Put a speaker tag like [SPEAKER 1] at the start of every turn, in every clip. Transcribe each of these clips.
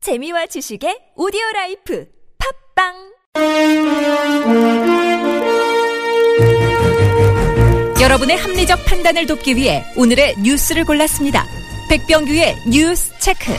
[SPEAKER 1] 재미와 지식의 오디오 라이프 팝빵
[SPEAKER 2] 여러분의 합리적 판단을 돕기 위해 오늘의 뉴스를 골랐습니다. 백병규의 뉴스 체크.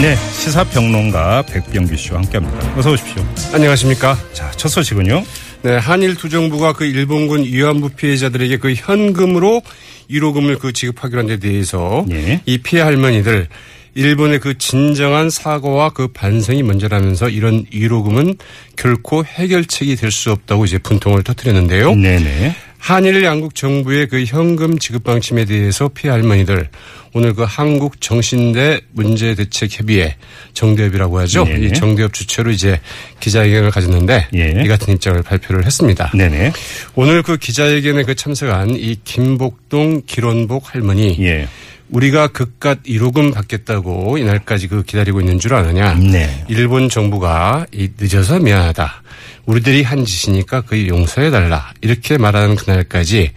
[SPEAKER 3] 네, 시사평론가 백병규 씨와 함께합니다. 어서 오십시오.
[SPEAKER 4] 안녕하십니까.
[SPEAKER 3] 자, 첫 소식은요.
[SPEAKER 4] 네, 한일 두 정부가 그 일본군 위안부 피해자들에게 그 현금으로 1호금을 그 지급하기로 한 데 대해서
[SPEAKER 3] 예.
[SPEAKER 4] 이 피해 할머니들 일본의 그 진정한 사과와 그 반성이 먼저라면서 이런 1호금은 결코 해결책이 될 수 없다고 이제 분통을 터뜨렸는데요.
[SPEAKER 3] 네네.
[SPEAKER 4] 한일 양국 정부의 그 현금 지급 방침에 대해서 피해 할머니들 오늘 그 한국 정신대 문제 대책 협의회 정대협이라고 하죠.
[SPEAKER 3] 네.
[SPEAKER 4] 이 정대협 주최로 이제 기자회견을 가졌는데
[SPEAKER 3] 예.
[SPEAKER 4] 이 같은 입장을 발표를 했습니다.
[SPEAKER 3] 네네.
[SPEAKER 4] 오늘 그 기자회견에 그 참석한 이 김복동 기론복 할머니
[SPEAKER 3] 예.
[SPEAKER 4] 우리가 그깟 1호금 받겠다고 이날까지 그 기다리고 있는 줄 아느냐.
[SPEAKER 3] 네.
[SPEAKER 4] 일본 정부가 이 늦어서 미안하다. 우리들이 한 짓이니까 그 용서해달라. 이렇게 말하는 그날까지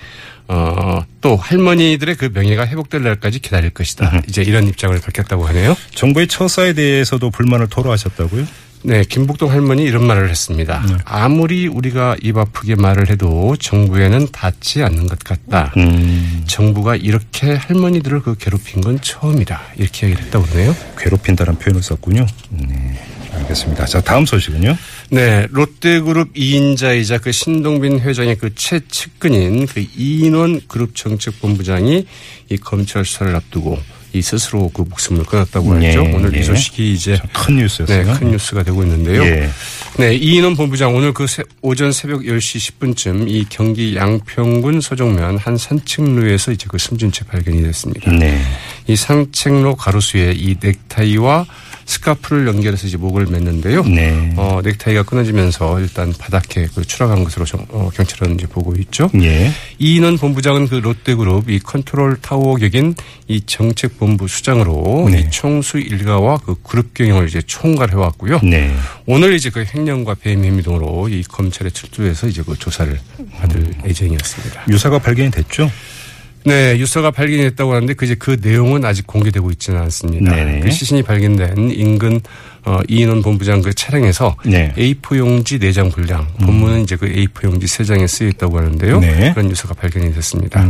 [SPEAKER 4] 어, 또 할머니들의 그 명예가 회복될 날까지 기다릴
[SPEAKER 3] 음.
[SPEAKER 4] 것이다. 이제 이런 입장을 밝혔다고 하네요.
[SPEAKER 3] 정부의 처사에 대해서도 불만을 토로하셨다고요?
[SPEAKER 4] 네, 김복동 할머니 이런 말을 했습니다.
[SPEAKER 3] 네.
[SPEAKER 4] 아무리 우리가 입 아프게 말을 해도 정부에는 닿지 않는 것 같다.
[SPEAKER 3] 음,
[SPEAKER 4] 정부가 이렇게 할머니들을 그 괴롭힌 건 처음이다. 이렇게 얘기를 했다고 그러네요.
[SPEAKER 3] 괴롭힌다는 표현을 썼군요. 네. 알겠습니다. 자, 다음 소식은요.
[SPEAKER 4] 네, 롯데그룹 2인자이자 그 신동빈 회장의 그 최측근인 그 이인원 그룹 정책본부장이 이 검찰 수사를 앞두고 이 스스로 그 목숨을 끊었다고 하죠.
[SPEAKER 3] 예,
[SPEAKER 4] 오늘
[SPEAKER 3] 예.
[SPEAKER 4] 이 소식이 이제
[SPEAKER 3] 참큰
[SPEAKER 4] 네,
[SPEAKER 3] 뉴스였어요.
[SPEAKER 4] 큰 뉴스가 되고 있는데요.
[SPEAKER 3] 예.
[SPEAKER 4] 네, 이인원 본부장 오늘 그 새- 오전 새벽 10시 10분쯤 이 경기 양평군 서정면 한 산책로에서 이제 그 숨진 채 발견이 됐습니다.
[SPEAKER 3] 네.
[SPEAKER 4] 이 산책로 가로수에 이 넥타이와 스카프를 연결해서 이제 목을 맸는데요.
[SPEAKER 3] 네.
[SPEAKER 4] 어, 넥타이가 끊어지면서 일단 바닥에 그 추락한 것으로 정- 어, 경찰은 이제 보고 있죠.
[SPEAKER 3] 예.
[SPEAKER 4] 이인원 본부장은 그 롯데그룹 이 컨트롤 타워 격인 이 정책본부 수장으로
[SPEAKER 3] 네.
[SPEAKER 4] 이 총수 일가와 그 그룹 경영을 이제 총괄해 왔고요.
[SPEAKER 3] 네.
[SPEAKER 4] 오늘 이제 그 횡령과 배임 혐의 등으로 이 검찰에 출두해서 이제 그 조사를 받을
[SPEAKER 3] 음.
[SPEAKER 4] 예정이었습니다.
[SPEAKER 3] 유사가 발견이 됐죠?
[SPEAKER 4] 네, 유서가 발견됐다고 하는데 그 이제 그 내용은 아직 공개되고 있지는 않습니다.
[SPEAKER 3] 네네.
[SPEAKER 4] 그 시신이 발견된 인근 어, 이인원 본부장 그 차량에서
[SPEAKER 3] 네. 음.
[SPEAKER 4] A4 용지 4장 분량, 본문은 이제 그 A4 용지 3장에 쓰여 있다고 하는데요.
[SPEAKER 3] 네. 음.
[SPEAKER 4] 그런 유서가 발견이 됐습니다.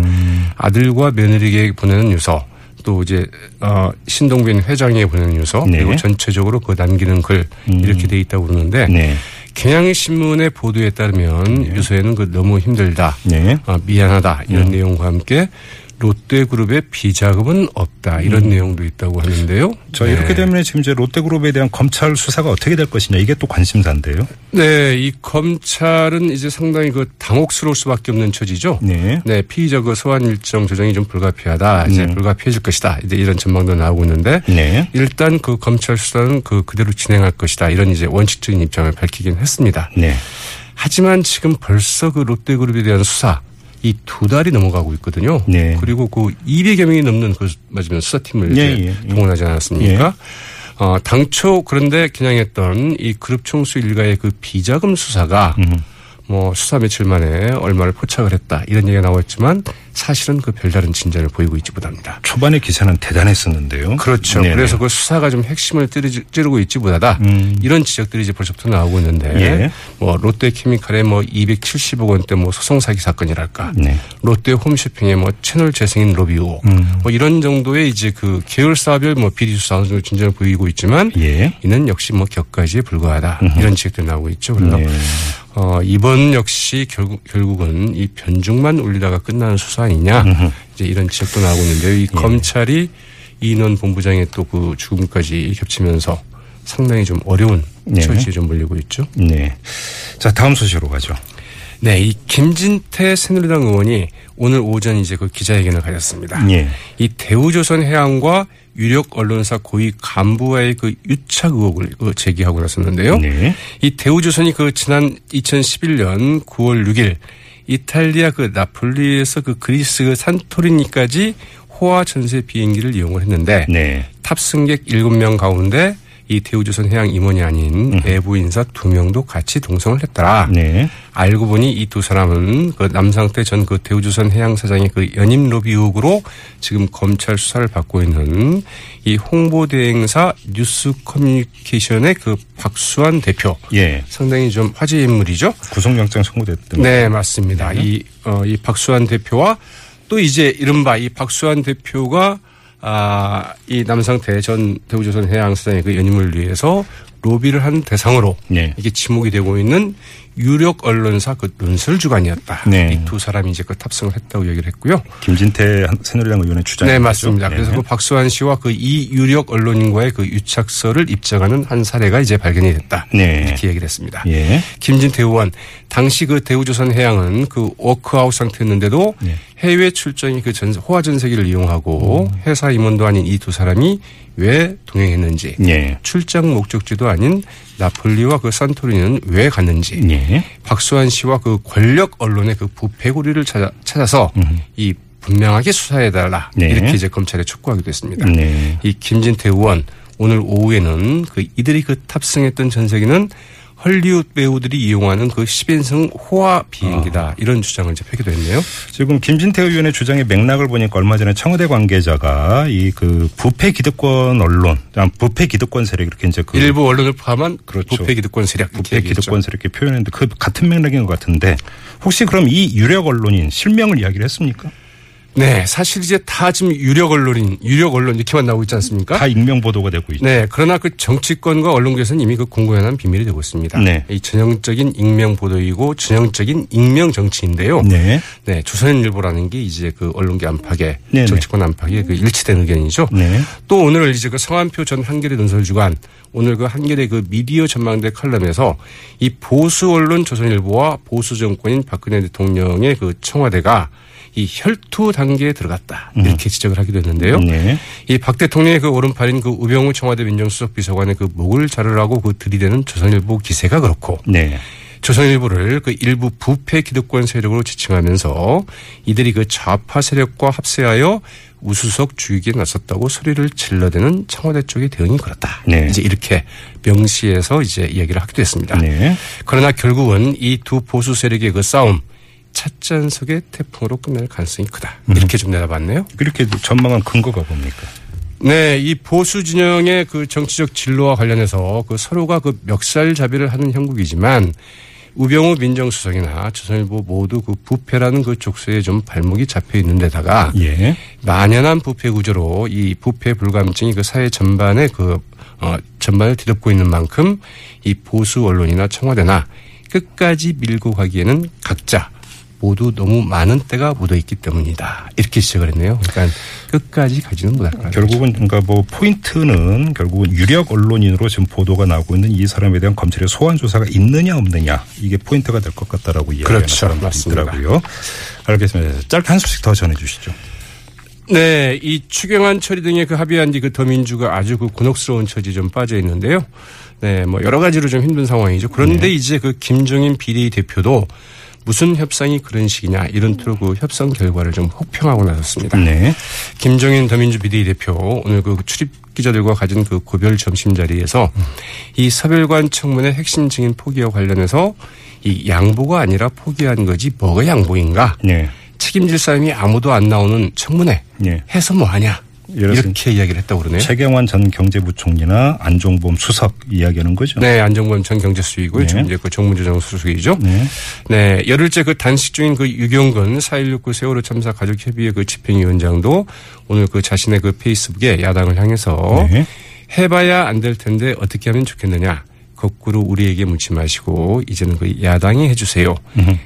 [SPEAKER 4] 아들과 며느리에게 보내는 유서, 또 이제 어, 신동빈 회장에게 보내는 유서,
[SPEAKER 3] 네. 음.
[SPEAKER 4] 그리고 전체적으로 그 남기는 글 이렇게 돼 있다고 그러는데
[SPEAKER 3] 네.
[SPEAKER 4] 경향의 신문의 보도에 따르면 유서에는 그 너무 힘들다.
[SPEAKER 3] 네.
[SPEAKER 4] 아, 미안하다
[SPEAKER 3] 음.
[SPEAKER 4] 이런 내용과 함께 롯데그룹의 비자금은 없다 이런 내용도 있다고 하는데요.
[SPEAKER 3] 자,
[SPEAKER 4] 네.
[SPEAKER 3] 음. 이렇게 되면 지금 이제 롯데그룹에 대한 검찰 수사가 어떻게 될 것이냐. 이게 또 관심사인데요.
[SPEAKER 4] 네, 이 검찰은 이제 상당히 그 당혹스러울 수밖에 없는 처지죠.
[SPEAKER 3] 네.
[SPEAKER 4] 네, 피의자 그 소환 일정 조정이 좀 불가피하다. 이제 불가피해질 것이다. 이제 이런 전망도 나오고 있는데
[SPEAKER 3] 음. 네.
[SPEAKER 4] 일단 그 검찰 수사는 그 그대로 진행할 것이다. 이런 이제 원칙적인 입장을 밝히긴 했습니다.
[SPEAKER 3] 네.
[SPEAKER 4] 하지만 지금 벌써 그 롯데그룹에 대한 수사 이 두 달이 넘어가고 있거든요.
[SPEAKER 3] 네.
[SPEAKER 4] 그리고 그 200여 명이 넘는 그 맞으면 수사팀을
[SPEAKER 3] 예,
[SPEAKER 4] 이제
[SPEAKER 3] 예, 예.
[SPEAKER 4] 동원하지 않았습니까? 어, 당초 그런데 겨냥했던 이 그룹 총수 일가의 그 비자금 수사가 뭐 수사 며칠 만에 얼마를 포착을 했다 이런 얘기가 나왔지만 사실은 그 별다른 진전을 보이고 있지 못합니다.
[SPEAKER 3] 초반에 기사는 대단했었는데요.
[SPEAKER 4] 그렇죠.
[SPEAKER 3] 네네.
[SPEAKER 4] 그래서 그 수사가 좀 핵심을 찌르지- 찌르고 있지 보다다 이런 지적들이 이제 벌써부터 나오고 있는데
[SPEAKER 3] 음. 예.
[SPEAKER 4] 뭐 롯데케미칼의 뭐 270억 원대 뭐 소송 사기 사건이랄까,
[SPEAKER 3] 네.
[SPEAKER 4] 롯데 홈쇼핑의 뭐 채널 재생인 로비 의혹,
[SPEAKER 3] 음.
[SPEAKER 4] 뭐 이런 정도의 이제 그 계열사별 뭐 비리 수사 어느 정도 진전을 보이고 있지만
[SPEAKER 3] 예.
[SPEAKER 4] 이는 역시 뭐 격가지에 불과하다 이런 지적들이 나오고 있죠. 그래서
[SPEAKER 3] 네.
[SPEAKER 4] 어, 이번 역시 결국, 결국은 이 변죽만 올리다가 끝나는 수사 아니냐 이제 이런 지적도 나오고 있는데요.
[SPEAKER 3] 예.
[SPEAKER 4] 이 검찰이 이인원 본부장의 또 그 죽음까지 겹치면서 상당히 좀 어려운
[SPEAKER 3] 네.
[SPEAKER 4] 처지에 좀 몰리고 있죠.
[SPEAKER 3] 네. 자, 다음 소식으로 가죠.
[SPEAKER 4] 네, 이 김진태 새누리당 의원이 오늘 오전 이제 그 기자회견을 가졌습니다.
[SPEAKER 3] 예.
[SPEAKER 4] 이 대우조선 해양과 유력 언론사 고위 간부와의 그 유착 의혹을 그 제기하고 나섰는데요.
[SPEAKER 3] 네.
[SPEAKER 4] 이 대우조선이 그 지난 2011년 9월 6일 이탈리아 그 나폴리에서 그 그리스 그 산토리니까지 호화 전세 비행기를 이용을 했는데
[SPEAKER 3] 네.
[SPEAKER 4] 탑승객 7명 가운데 이 대우조선 해양 임원이 아닌 내부 인사 두 명도 같이 동성을 했더라.
[SPEAKER 3] 음. 네.
[SPEAKER 4] 알고 보니 이 두 사람은 그 남상태 전 그 대우조선 해양 사장의 그 연임 로비 의혹으로 지금 검찰 수사를 받고 있는 이 홍보대행사 뉴스 커뮤니케이션의 그 박수환 대표.
[SPEAKER 3] 예.
[SPEAKER 4] 상당히 좀 화제 인물이죠.
[SPEAKER 3] 구속영장 청구됐던.
[SPEAKER 4] 네, 맞습니다. 이, 어, 이 박수환 대표와 또 이제 이른바 이 박수환 대표가 아, 이 남상태 전 대우조선 해양사장의 그 연임을 위해서 로비를 한 대상으로
[SPEAKER 3] 네.
[SPEAKER 4] 이게 지목이 되고 있는 유력 언론사 그 논설 주간이었다.
[SPEAKER 3] 네.
[SPEAKER 4] 이 두 사람이 이제 그 탑승을 했다고 얘기를 했고요.
[SPEAKER 3] 김진태 한- 새누리당 의원의 주장.
[SPEAKER 4] 네, 맞습니다. 그래서 그 박수환 씨와 그 이 유력 언론인과의 그 유착서를 입증하는 한 사례가 이제 발견이 됐다.
[SPEAKER 3] 네.
[SPEAKER 4] 이렇게 얘기를 했습니다.
[SPEAKER 3] 예.
[SPEAKER 4] 김진태 의원 당시 그 대우조선 해양은 그 워크아웃 상태였는데도
[SPEAKER 3] 네.
[SPEAKER 4] 해외 출장이 그 전, 호화 전세기를 이용하고 회사 임원도 아닌 이 두 사람이 왜 동행했는지
[SPEAKER 3] 예.
[SPEAKER 4] 출장 목적지도 아닌 나폴리와 그 산토리는 왜 갔는지
[SPEAKER 3] 예.
[SPEAKER 4] 박수환 씨와 그 권력 언론의 그 부패고리를 찾아, 찾아서 이 분명하게 수사해달라
[SPEAKER 3] 음. 네.
[SPEAKER 4] 이렇게 이제 검찰에 촉구하기도 했습니다.
[SPEAKER 3] 네.
[SPEAKER 4] 이 김진태 의원 오늘 오후에는 그 이들이 그 탑승했던 전세기는 헐리우드 배우들이 이용하는 그 10인승 호화 비행기다
[SPEAKER 3] 아.
[SPEAKER 4] 이런 주장을 이제 펴기도 했네요.
[SPEAKER 3] 지금 김진태 의원의 주장의 맥락을 보니까 얼마 전에 청와대 관계자가 이 그 부패 기득권 언론, 아, 부패 기득권 세력 이렇게 이제 그
[SPEAKER 4] 일부 언론을 포함한
[SPEAKER 3] 그렇죠.
[SPEAKER 4] 부패 기득권 세력 이렇게
[SPEAKER 3] 부패
[SPEAKER 4] 얘기했죠.
[SPEAKER 3] 기득권 세력 이렇게 표현했는데 그 같은 맥락인 것 같은데 혹시 그럼 이 유력 언론인 실명을 이야기를 했습니까?
[SPEAKER 4] 네, 사실 이제 다 지금 유력 언론인 유력 언론 이렇게만 나오고 있지 않습니까?
[SPEAKER 3] 다 익명 보도가 되고 있죠.
[SPEAKER 4] 네, 그러나 그 정치권과 언론계에서는 이미 그 공고연한 비밀이 되고 있습니다.
[SPEAKER 3] 네.
[SPEAKER 4] 이 전형적인 익명 보도이고 전형적인 익명 정치인데요.
[SPEAKER 3] 네.
[SPEAKER 4] 네, 조선일보라는 게 이제 그 언론계 안팎에
[SPEAKER 3] 네네.
[SPEAKER 4] 정치권 안팎에 그 일치된 의견이죠.
[SPEAKER 3] 네.
[SPEAKER 4] 또 오늘 이제 그 성한표 전 한겨레 논설주간 오늘 그 한겨레 그 미디어 전망대 칼럼에서 이 보수 언론 조선일보와 보수 정권인 박근혜 대통령의 그 청와대가 이 혈투 단계에 들어갔다 이렇게 지적을 하기도 했는데요.
[SPEAKER 3] 음. 네.
[SPEAKER 4] 이 박 대통령의 그 오른팔인 그 우병우 청와대 민정수석 비서관의 그 목을 자르라고 그 들이대는 조선일보 기세가 그렇고
[SPEAKER 3] 네.
[SPEAKER 4] 조선일보를 그 일부 부패 기득권 세력으로 지칭하면서 이들이 그 좌파 세력과 합세하여 우수석 주익에 나섰다고 소리를 질러대는 청와대 쪽의 대응이 그렇다.
[SPEAKER 3] 네.
[SPEAKER 4] 이제 이렇게 명시해서 이제 이야기를 하기도 했습니다.
[SPEAKER 3] 네.
[SPEAKER 4] 그러나 결국은 이 두 보수 세력의 그 싸움 찻잔석의 태풍으로 끝날 가능성이 크다.
[SPEAKER 3] 음.
[SPEAKER 4] 이렇게 좀 내다봤네요.
[SPEAKER 3] 그렇게 전망한 근거가 뭡니까?
[SPEAKER 4] 네, 이 보수 진영의 그 정치적 진로와 관련해서 그 서로가 그 멱살잡이를 하는 형국이지만 우병우 민정수석이나 조선일보 모두 그 부패라는 그 족쇄에 좀 발목이 잡혀 있는데다가
[SPEAKER 3] 예.
[SPEAKER 4] 만연한 부패 구조로 이 부패 불감증이 그 사회 전반에 그 어, 전반을 뒤덮고 있는 만큼 이 보수 언론이나 청와대나 끝까지 밀고 가기에는 각자 모두 너무 많은 때가 묻어 있기 때문이다. 이렇게 시작을 했네요. 그러니까 끝까지 가지는 못할 것 같아요.
[SPEAKER 3] 결국은 그러니까 뭐 포인트는 결국은 유력 언론인으로 지금 보도가 나오고 있는 이 사람에 대한 검찰의 소환 조사가 있느냐 없느냐 이게 포인트가 될 것 같다라고 이야기하는
[SPEAKER 4] 그렇죠.
[SPEAKER 3] 사람들이
[SPEAKER 4] 맞습니다.
[SPEAKER 3] 있더라고요. 알겠습니다. 짧게 한 소식 더 전해주시죠.
[SPEAKER 4] 네, 이 추경안 처리 등의 그 합의한 뒤 그 더민주가 아주 그 곤혹스러운 처지 좀 빠져 있는데요. 네, 뭐 여러 가지로 좀 힘든 상황이죠. 그런데 이제 그 김종인 비대위 대표도 무슨 협상이 그런 식이냐 이런 투로 그 협상 결과를 좀 혹평하고 나섰습니다.
[SPEAKER 3] 네.
[SPEAKER 4] 김종인 더민주 비대위 대표 오늘 그 출입 기자들과 가진 그 고별 점심 자리에서 이 서별관 청문회 핵심 증인 포기와 관련해서 이 양보가 아니라 포기한 거지 뭐가 양보인가?
[SPEAKER 3] 네.
[SPEAKER 4] 책임질 사람이 아무도 안 나오는 청문회
[SPEAKER 3] 예.
[SPEAKER 4] 해서 뭐 하냐
[SPEAKER 3] 예를 들면
[SPEAKER 4] 이렇게 이야기를 했다고 그러네요.
[SPEAKER 3] 최경환 전 경제부총리나 안종범 수석 이야기하는 거죠.
[SPEAKER 4] 네, 안정범 전 경제수위고
[SPEAKER 3] 네.
[SPEAKER 4] 요 지금 이제 그 정무조정 수석이죠.
[SPEAKER 3] 네.
[SPEAKER 4] 네, 열흘째 그 단식 중인 그 유경근 4.16그 세월호 참사 가족협의회 그 집행위원장도 오늘 그 자신의 그 페이스북에 야당을 향해서
[SPEAKER 3] 네.
[SPEAKER 4] 해봐야 안 될 텐데 어떻게 하면 좋겠느냐. 거꾸로 우리에게 묻지 마시고 이제는 그 야당이 해주세요.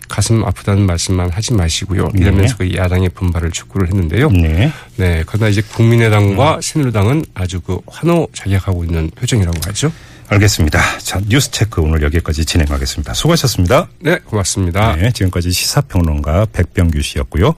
[SPEAKER 4] 가슴 아프다는 말씀만 하지 마시고요. 이러면서 그 야당의 분발을 촉구를 했는데요.
[SPEAKER 3] 네.
[SPEAKER 4] 네, 그러나 이제 국민의당과 새누리당은 아주 그 환호 자격하고 있는 표정이라고 하죠.
[SPEAKER 3] 알겠습니다. 자, 뉴스 체크 오늘 여기까지 진행하겠습니다. 수고하셨습니다.
[SPEAKER 4] 네, 고맙습니다.
[SPEAKER 3] 네, 지금까지 시사평론가 백병규 씨였고요.